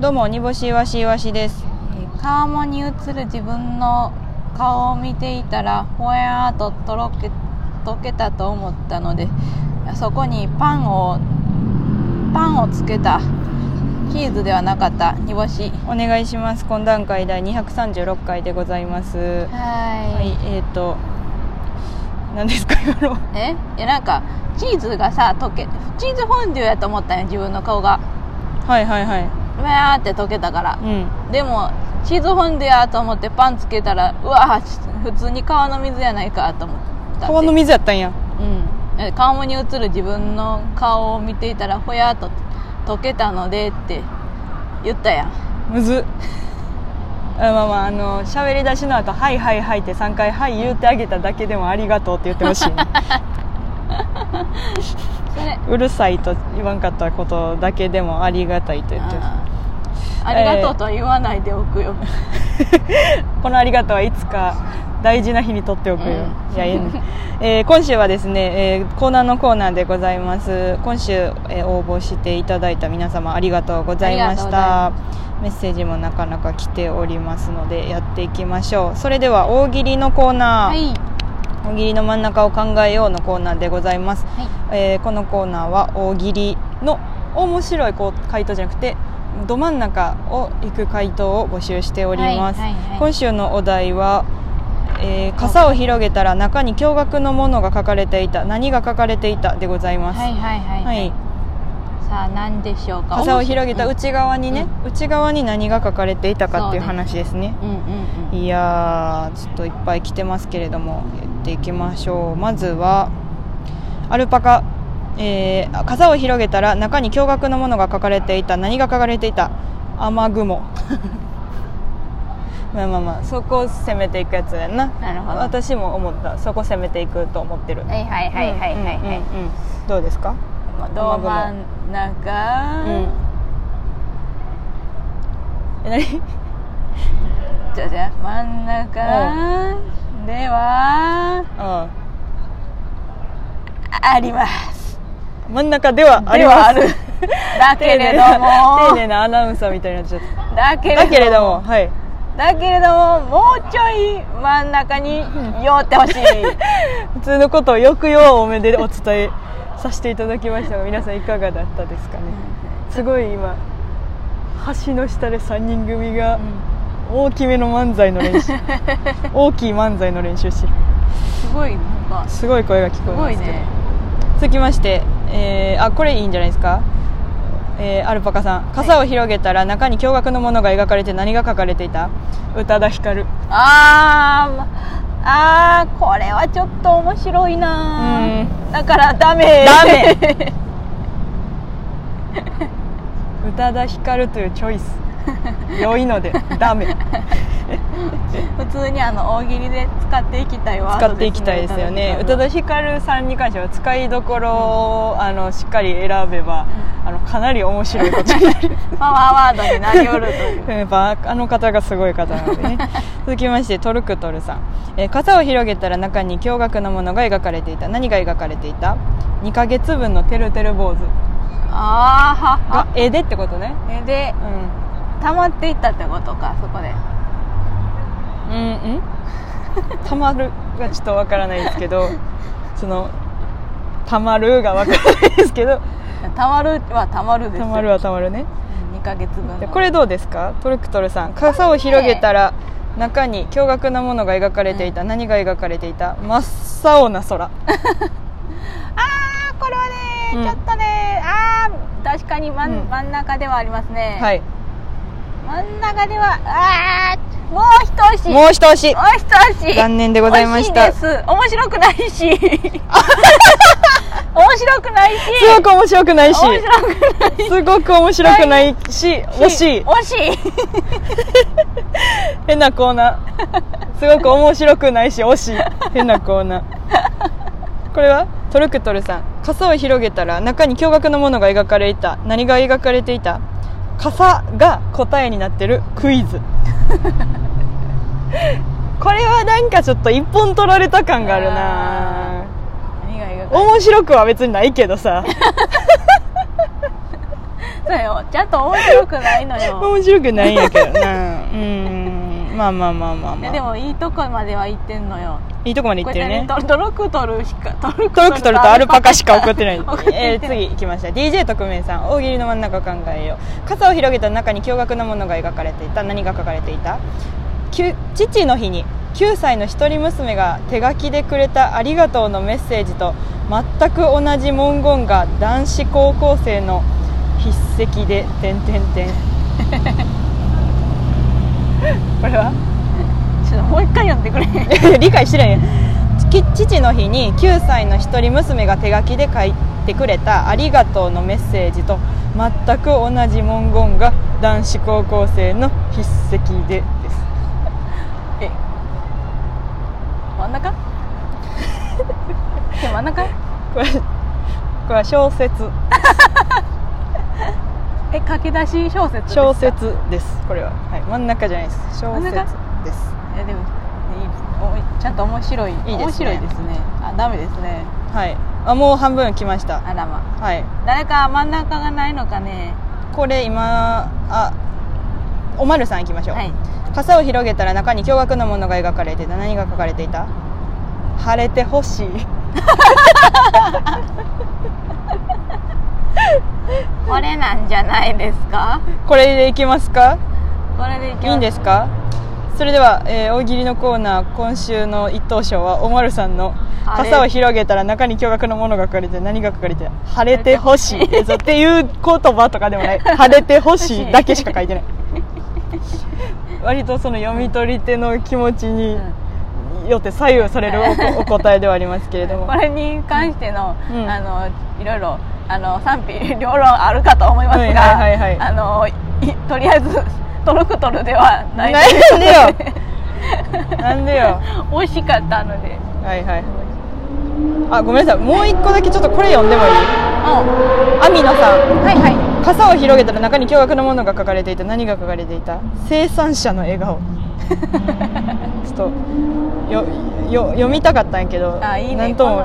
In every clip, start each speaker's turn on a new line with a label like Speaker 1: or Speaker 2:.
Speaker 1: どうも煮干しいわしいわしです
Speaker 2: 川面に映る自分の顔を見ていたらほやーっととろけとけたと思ったのでそこにパンをパンをつけたチーズではなかった煮干し
Speaker 1: お願いします懇談会第236回でございますは
Speaker 2: はい
Speaker 1: えっ、と何ですか今の
Speaker 2: えいやなんかチーズがさ溶けチーズフォンデュやと思ったんよ自分の顔が
Speaker 1: はいはいはいう
Speaker 2: わーって溶けたから
Speaker 1: うん
Speaker 2: でもチーズフォンデュやと思ってパンつけたらうわー普通に川の水やないかと思った
Speaker 1: 川の
Speaker 2: 水
Speaker 1: 水やったんや
Speaker 2: うんえ川面に映る自分の顔を見ていたらほやーっと溶けたのでって言ったやん
Speaker 1: むずっあまあまああの喋り出しの後はいはいはい」って3回「はい」言うてあげただけでも「ありがとう」って言ってほし い
Speaker 2: それ
Speaker 1: うるさいと言わんかったことだけでも「ありがたい」と言ってほしい
Speaker 2: あーありがとうとは言わないでおくよ、
Speaker 1: このありがとうはいつか大事な日にとっておくよ、
Speaker 2: うん
Speaker 1: いやいいねえー今週はですね、えーコーナーのコーナーでございます今週、えー応募していただいた皆様ありがとうございまし
Speaker 2: あ
Speaker 1: たメッセージもなかなか来ておりますのでやっていきましょうそれでは大喜利のコーナー、
Speaker 2: はい
Speaker 1: 大喜利の真ん中を考えようのコーナーでございます、
Speaker 2: はい
Speaker 1: えーこのコーナーは大喜利の面白いこう回答じゃなくてど真ん中を行く回答を募集しております、
Speaker 2: はいはいはい
Speaker 1: 今週のお題は、えー傘を広げたら中に驚愕のものが書かれていた何が書かれていたでございます、
Speaker 2: はいはいはい
Speaker 1: は
Speaker 2: はい、
Speaker 1: い
Speaker 2: さあ何でしょうか
Speaker 1: 傘を広げた
Speaker 2: う
Speaker 1: 内側にね、内側に何が書かれていたかっていう
Speaker 2: そうね
Speaker 1: 話ですね
Speaker 2: うんうんうん
Speaker 1: いやーちょっといっぱい来てますけれどもやっていきましょうまずはアルパカ、えー傘を広げたら中に驚愕のものが書かれていた何が書かれていた雨雲 まあまあまあそこを攻めていくやつやな
Speaker 2: なるほどは
Speaker 1: 私も思ったそこ攻めていくと思ってる
Speaker 2: いはいはいはいはいはい、
Speaker 1: うんうんうんどうですか
Speaker 2: まあど真ん中、
Speaker 1: え何
Speaker 2: じゃじゃ真ん中では
Speaker 1: あ
Speaker 2: あります
Speaker 1: 真ん中ではあり
Speaker 2: では
Speaker 1: ます
Speaker 2: あるだけれど
Speaker 1: 丁寧
Speaker 2: も
Speaker 1: なアナウンサーみたいになっちゃった
Speaker 2: だけれど
Speaker 1: だ
Speaker 2: も
Speaker 1: けれども、はい、
Speaker 2: だけれどももうちょい真ん中に寄っ てほしい
Speaker 1: 普通のことをよくようおめでお伝えさせていただきましたが、皆さんいかがだったですかね。すごい今、橋の下で3人組が大きめの漫才の 練習、大きい漫才の練習してる。
Speaker 2: すごいなんかす
Speaker 1: すごい声が聞こえ
Speaker 2: ご
Speaker 1: ま
Speaker 2: い
Speaker 1: すけど。
Speaker 2: ね
Speaker 1: 続きまして、えーあこれいいんじゃないですか。えーアルパカさん傘を広げたら中に驚愕のものが描かれて何が書かれていた宇多田ヒカル
Speaker 2: あーまあーこれはちょっと面白いなだからダメ
Speaker 1: ダメ宇多田ヒカルというチョイス良いのでダ メ
Speaker 2: 普通にあの大喜利で使っていきたいワード
Speaker 1: 使っていきたいですよね宇多田ヒカルさんに関しては使いどころをあのしっかり選べばあのかなり面白いこと になる
Speaker 2: パワーワードになりうる という
Speaker 1: やっぱあの方がすごい方なの でね続きましてトルクトルさん、えー傘を広げたら中に驚愕のものが描かれていた何が描かれていた2ヶ月分のてるてる坊主
Speaker 2: あーは
Speaker 1: が絵でってことね
Speaker 2: っはで
Speaker 1: うん
Speaker 2: 溜まっていったってことかそこで
Speaker 1: うんうんたまるがちょっとわからないですけどそのたまるがわからないですけど
Speaker 2: 溜まるは溜まるです
Speaker 1: たまるはたまるね
Speaker 2: 2ヶ月分
Speaker 1: で
Speaker 2: の
Speaker 1: これどうですかトルクトルさん傘を広げたら中に驚愕なものが描かれていた、何が描かれていた真っ青な空
Speaker 2: あーこれはね、
Speaker 1: うん
Speaker 2: ちょっとねあー確かに真,、
Speaker 1: うん
Speaker 2: ん、真ん中ではありますね、
Speaker 1: はい
Speaker 2: 真ん中ではあーもう一押し
Speaker 1: もう一押し
Speaker 2: もう一押し
Speaker 1: 残念でございました
Speaker 2: 惜しいです面白くない し面白くないし
Speaker 1: すごく面白くないし
Speaker 2: 面白くない
Speaker 1: すごく面白くないし惜しい
Speaker 2: 惜しい
Speaker 1: 変なコーナ ーすごく面白くないし惜しい変なコーナーこれはトルクトルさん傘を広げたら中に驚愕のものが描かれていた何が描かれていた傘が答えになってるクイズ これはなんかちょっと一本取られた感があるな
Speaker 2: 何がいいか
Speaker 1: 面白くは別にないけどさ
Speaker 2: だよちゃんと面白くないのよ
Speaker 1: 面白くないんやけどなうんまあまあまあまあ
Speaker 2: い
Speaker 1: ま
Speaker 2: や
Speaker 1: あ
Speaker 2: でもいいとこまでは行ってんのよ
Speaker 1: いいとこまで行
Speaker 2: こ
Speaker 1: っ
Speaker 2: う
Speaker 1: て
Speaker 2: や
Speaker 1: る
Speaker 2: ってね
Speaker 1: ね
Speaker 2: トトロクトルしかトロク
Speaker 1: トロック取るとアルパカしか送ってない
Speaker 2: 送ってない
Speaker 1: えー次行きました DJ 特命さん大喜利の真ん中を考えよう傘を広げた中に驚愕なものが描かれていた何が書かれていたきゅ父の日に9歳の一人娘が手書きでくれた「ありがとう」のメッセージと全く同じ文言が男子高校生の筆跡で「点点点」 これは
Speaker 2: ちょっともう一回読んでくれ
Speaker 1: いやいや 理解してないやき父の日に9歳の一人娘が手書きで書いてくれた「ありがとう」のメッセージと全く同じ文言が男子高校生の筆跡でです
Speaker 2: え真ん中 真ん中
Speaker 1: これこれは小説
Speaker 2: え書き出し小説ですか
Speaker 1: 小説ですこれは、はい、真ん中じゃないです小
Speaker 2: 真ん
Speaker 1: 説
Speaker 2: 中
Speaker 1: です
Speaker 2: いやでもいいおちゃんと面白い
Speaker 1: いいですね
Speaker 2: 面白いですねあダメですね
Speaker 1: はいあもう半分来ました
Speaker 2: あらま
Speaker 1: はい
Speaker 2: 誰か真ん中がないのかね
Speaker 1: これ今あおまるさん行きましょう、
Speaker 2: はい
Speaker 1: 傘を広げたら中に驚愕のものが描かれていた何が描かれていた晴れてほしい
Speaker 2: これなんじゃないですか
Speaker 1: これでいきますか
Speaker 2: これでいきます
Speaker 1: いいんですすかそれでは、えー大喜利のコーナー今週の一等賞はおまるさんの
Speaker 2: 晴れ
Speaker 1: 傘を広げたら中に驚愕のものが書かれていた何が書かれていた晴れてほしいそうっていう言葉とかでもない 晴れてほしいだけしか書い てない割とその読み取り手の気持ちによって左右されるおお答えではありますけれども
Speaker 2: これに関しての,、
Speaker 1: うん
Speaker 2: あのいろいろあの賛否両論あるかと思いますが、
Speaker 1: はいはいはいはい
Speaker 2: あのいとりあえずトルクトルではない
Speaker 1: なんでよ なんでよ
Speaker 2: 美味しかったので
Speaker 1: はいはいあごめんなさいもう一個だけちょっとこれ読んでもいい
Speaker 2: は
Speaker 1: アミノさん
Speaker 2: いは
Speaker 1: 傘を広げたら中に驚愕のものが書かれていた何が書かれていた生産者の笑 顔ちょっとよよ読みたかったんやけど
Speaker 2: あいいね
Speaker 1: なんとも
Speaker 2: こ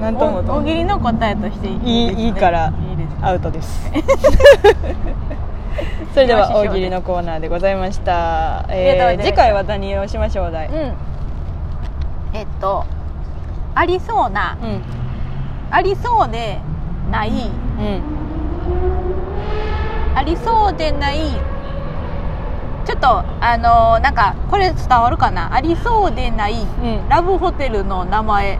Speaker 1: なん
Speaker 2: い
Speaker 1: とも
Speaker 2: お
Speaker 1: と
Speaker 2: 大喜利の答えとしていいですね
Speaker 1: いいいいから
Speaker 2: いいです
Speaker 1: アウトです それでは大喜利のコーナーでございました、
Speaker 2: りがとうござい
Speaker 1: え
Speaker 2: ま
Speaker 1: ー
Speaker 2: した
Speaker 1: 次回は何をしましょうだい、
Speaker 2: うんえっとありそうな
Speaker 1: うん
Speaker 2: ありそうでない
Speaker 1: うん、
Speaker 2: ありそうでないちょっとあのーなんかこれ伝わるかなありそうでない
Speaker 1: うん、
Speaker 2: ラブホテルの名前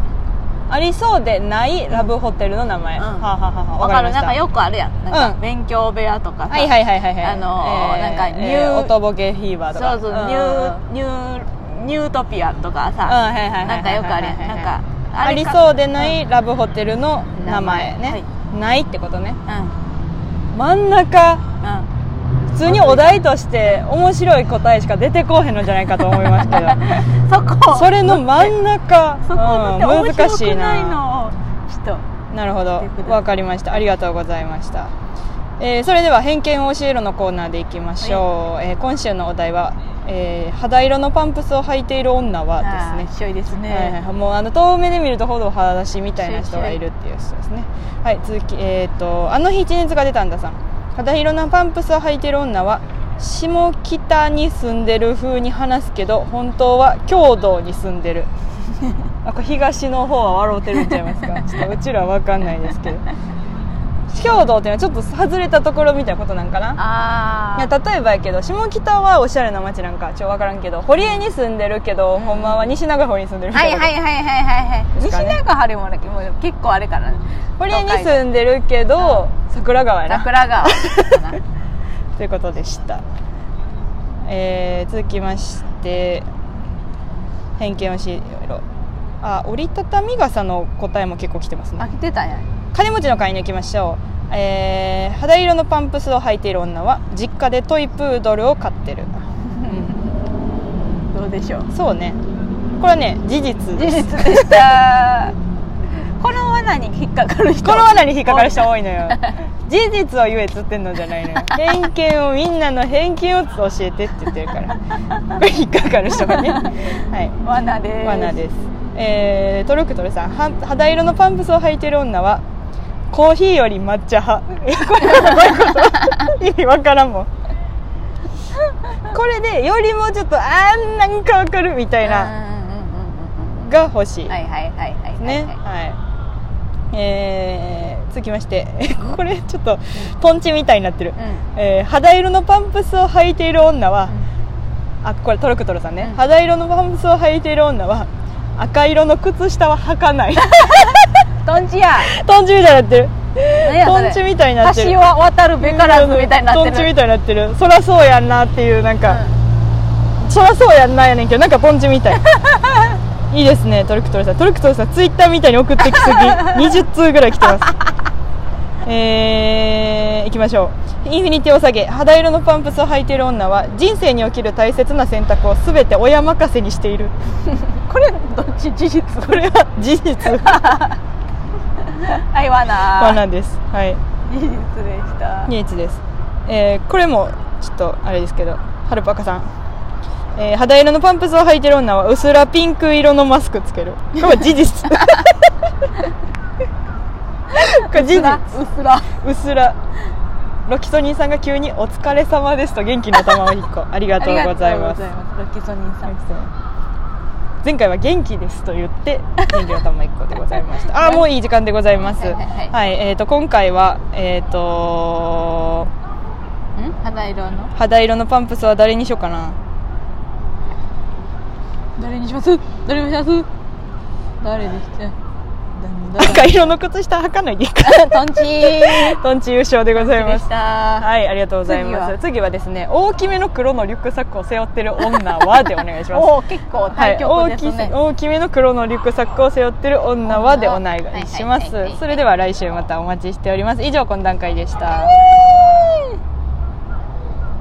Speaker 1: ありそうでないラブホテルの名前、
Speaker 2: うん
Speaker 1: はあ、はあはあ、
Speaker 2: わか
Speaker 1: かりま
Speaker 2: る
Speaker 1: し
Speaker 2: な
Speaker 1: た
Speaker 2: んかよくあるやんなん
Speaker 1: う
Speaker 2: か
Speaker 1: ん
Speaker 2: 勉強部屋とかさ、
Speaker 1: はいはいはいはいはい
Speaker 2: あのーなんかニュ
Speaker 1: お
Speaker 2: ー
Speaker 1: とぼけフィーバーとか
Speaker 2: そうそう、
Speaker 1: ん
Speaker 2: ニューニューニュートピアとか
Speaker 1: うん
Speaker 2: さ、
Speaker 1: はいはいはいはい
Speaker 2: なんかよくあるやんなんか
Speaker 1: あり
Speaker 2: か
Speaker 1: そうでないラブホテルの名前
Speaker 2: 名前
Speaker 1: ね、ないってことね
Speaker 2: うん
Speaker 1: 真ん中
Speaker 2: うんうん
Speaker 1: 普通にお題として面白い答えしか出てこうへんのじゃないかと思いますけど
Speaker 2: そこ
Speaker 1: それの真ん中
Speaker 2: そこだって
Speaker 1: うん
Speaker 2: 面
Speaker 1: 難
Speaker 2: 白
Speaker 1: しい
Speaker 2: くない
Speaker 1: な
Speaker 2: のをちょっと
Speaker 1: なるほど
Speaker 2: ということで
Speaker 1: わかりましたありがとうございました、えーそれでは偏見を教えろのコーナーでいきましょう、えー今週のお題は、えー肌色のパンプスを履いている女は」ですね
Speaker 2: あー白いですね、
Speaker 1: はいはい、もうあの遠目で見るとほど裸足みたいな人がいるっていう人ですねはい続きえっ、とあの日一熱が出たんださん肌色のパンプスを履いてる女は下北に住んでる風に話すけど本当は郷土に住んでる あこれ東の方は笑うてるんちゃいます かちょっとうちらは分かんないですけど郷土っていうのはちょっと外れたところみたいなことなんかな
Speaker 2: あ
Speaker 1: いや
Speaker 2: あ
Speaker 1: 例えばやけど下北はおしゃれな街なんかちょっと分からんけど堀江に住んでるけど、ほんまは西長堀に住んでるみ
Speaker 2: は
Speaker 1: た
Speaker 2: い
Speaker 1: いな
Speaker 2: はいはいはいはいはい、
Speaker 1: ですか
Speaker 2: 西
Speaker 1: ね
Speaker 2: 中春もねもう結構あれから
Speaker 1: 堀江に住んでるけど桜川やな
Speaker 2: 桜 川かな
Speaker 1: ということでした、えー続きまして偏見をしいろいろあ折りたたみ傘の答えも結構来てますね
Speaker 2: 飽きてたんや
Speaker 1: 金持ちの会に行きましょう、えー肌色のパンプスを履いている女は実家でトイプードルを飼ってる、
Speaker 2: どうでしょう
Speaker 1: そうねこれはね事実
Speaker 2: 事
Speaker 1: です
Speaker 2: 実でしたこの罠に引っかかる人
Speaker 1: この罠に引っかかる人多いのよ事実を言えっつってんのじゃないのよ偏見をみんなの偏見を教えてって言ってるからこれ引っかかる人がねは
Speaker 2: 罠です
Speaker 1: い罠です、えー、トルクトルさんは肌色のパンプスを履いてる女はコーヒーより抹茶派いやこれはどういうこと意味わからんもんこれでよりもちょっとあーなんかわかるみたいな
Speaker 2: は
Speaker 1: が欲しい
Speaker 2: いはいはいはいはいはい
Speaker 1: ねはいえー、続きまして これちょっとポンチみたいになってる、えー肌色のパンプスを履いている女は、あこれトロクトロさんね、
Speaker 2: うん
Speaker 1: 肌色のパンプスを履いている女は赤色の靴下は履か ない
Speaker 2: うんトンチや
Speaker 1: トンチみたいになってる
Speaker 2: 何やそ
Speaker 1: ト
Speaker 2: れ
Speaker 1: ンチみたいになってる
Speaker 2: 橋は渡るべからずみたいになって
Speaker 1: トンチみ
Speaker 2: る
Speaker 1: たいになってるそらそうやんなっていうなん
Speaker 2: う
Speaker 1: か、
Speaker 2: ん
Speaker 1: そらそうやんなやねんけどなんかポンチみ たいいいですねトルクトルさんトルクトルさんツイッターみたいに送ってきすぎ 20通ぐらい来てますえー、いきましょうインフィニティを下げ肌色のパンプスを履いている女は人生に起きる大切な選択を全て親任せにしている
Speaker 2: これどっち事実
Speaker 1: これは事実
Speaker 2: はいわな
Speaker 1: 罠ですはい
Speaker 2: 事実でした
Speaker 1: ニーチです、えーこれもちょっとあれですけどハルパカさん、えー肌色のパンプスを履いてる女は薄らピンク色のマスクつけるこれは事 実これ事
Speaker 2: うっすら
Speaker 1: 実
Speaker 2: うっすら
Speaker 1: 薄らロキソニンさんが急に「お疲れ様です」と元気の玉を1個ありがとうございます
Speaker 2: ありがとうございますロキソニンさん
Speaker 1: 前回は元気ですと言って元気の玉1個でございましたあーもういい時間でございます
Speaker 2: はいはいはい
Speaker 1: はいえーと今回はえっ、と
Speaker 2: ん肌色の
Speaker 1: 肌色のパンプスは誰にしようかな
Speaker 2: 誰にします誰にします誰でした
Speaker 1: 赤色の靴下履かないでいいか
Speaker 2: トンチー
Speaker 1: トンチ優勝でございま
Speaker 2: ですし た
Speaker 1: はいありがとうございます次はですね大きめの黒のリュックサックを背負ってる女はでお願いします
Speaker 2: おー結構
Speaker 1: は
Speaker 2: 対
Speaker 1: い、
Speaker 2: 局
Speaker 1: 大
Speaker 2: です
Speaker 1: き
Speaker 2: ね、
Speaker 1: 大きめの黒のリュックサックを背負ってる女はでお願
Speaker 2: 女はい
Speaker 1: いしま
Speaker 2: はいはいはい
Speaker 1: すそれでは来週またお待ちしております以上懇談会でした
Speaker 2: イエーイ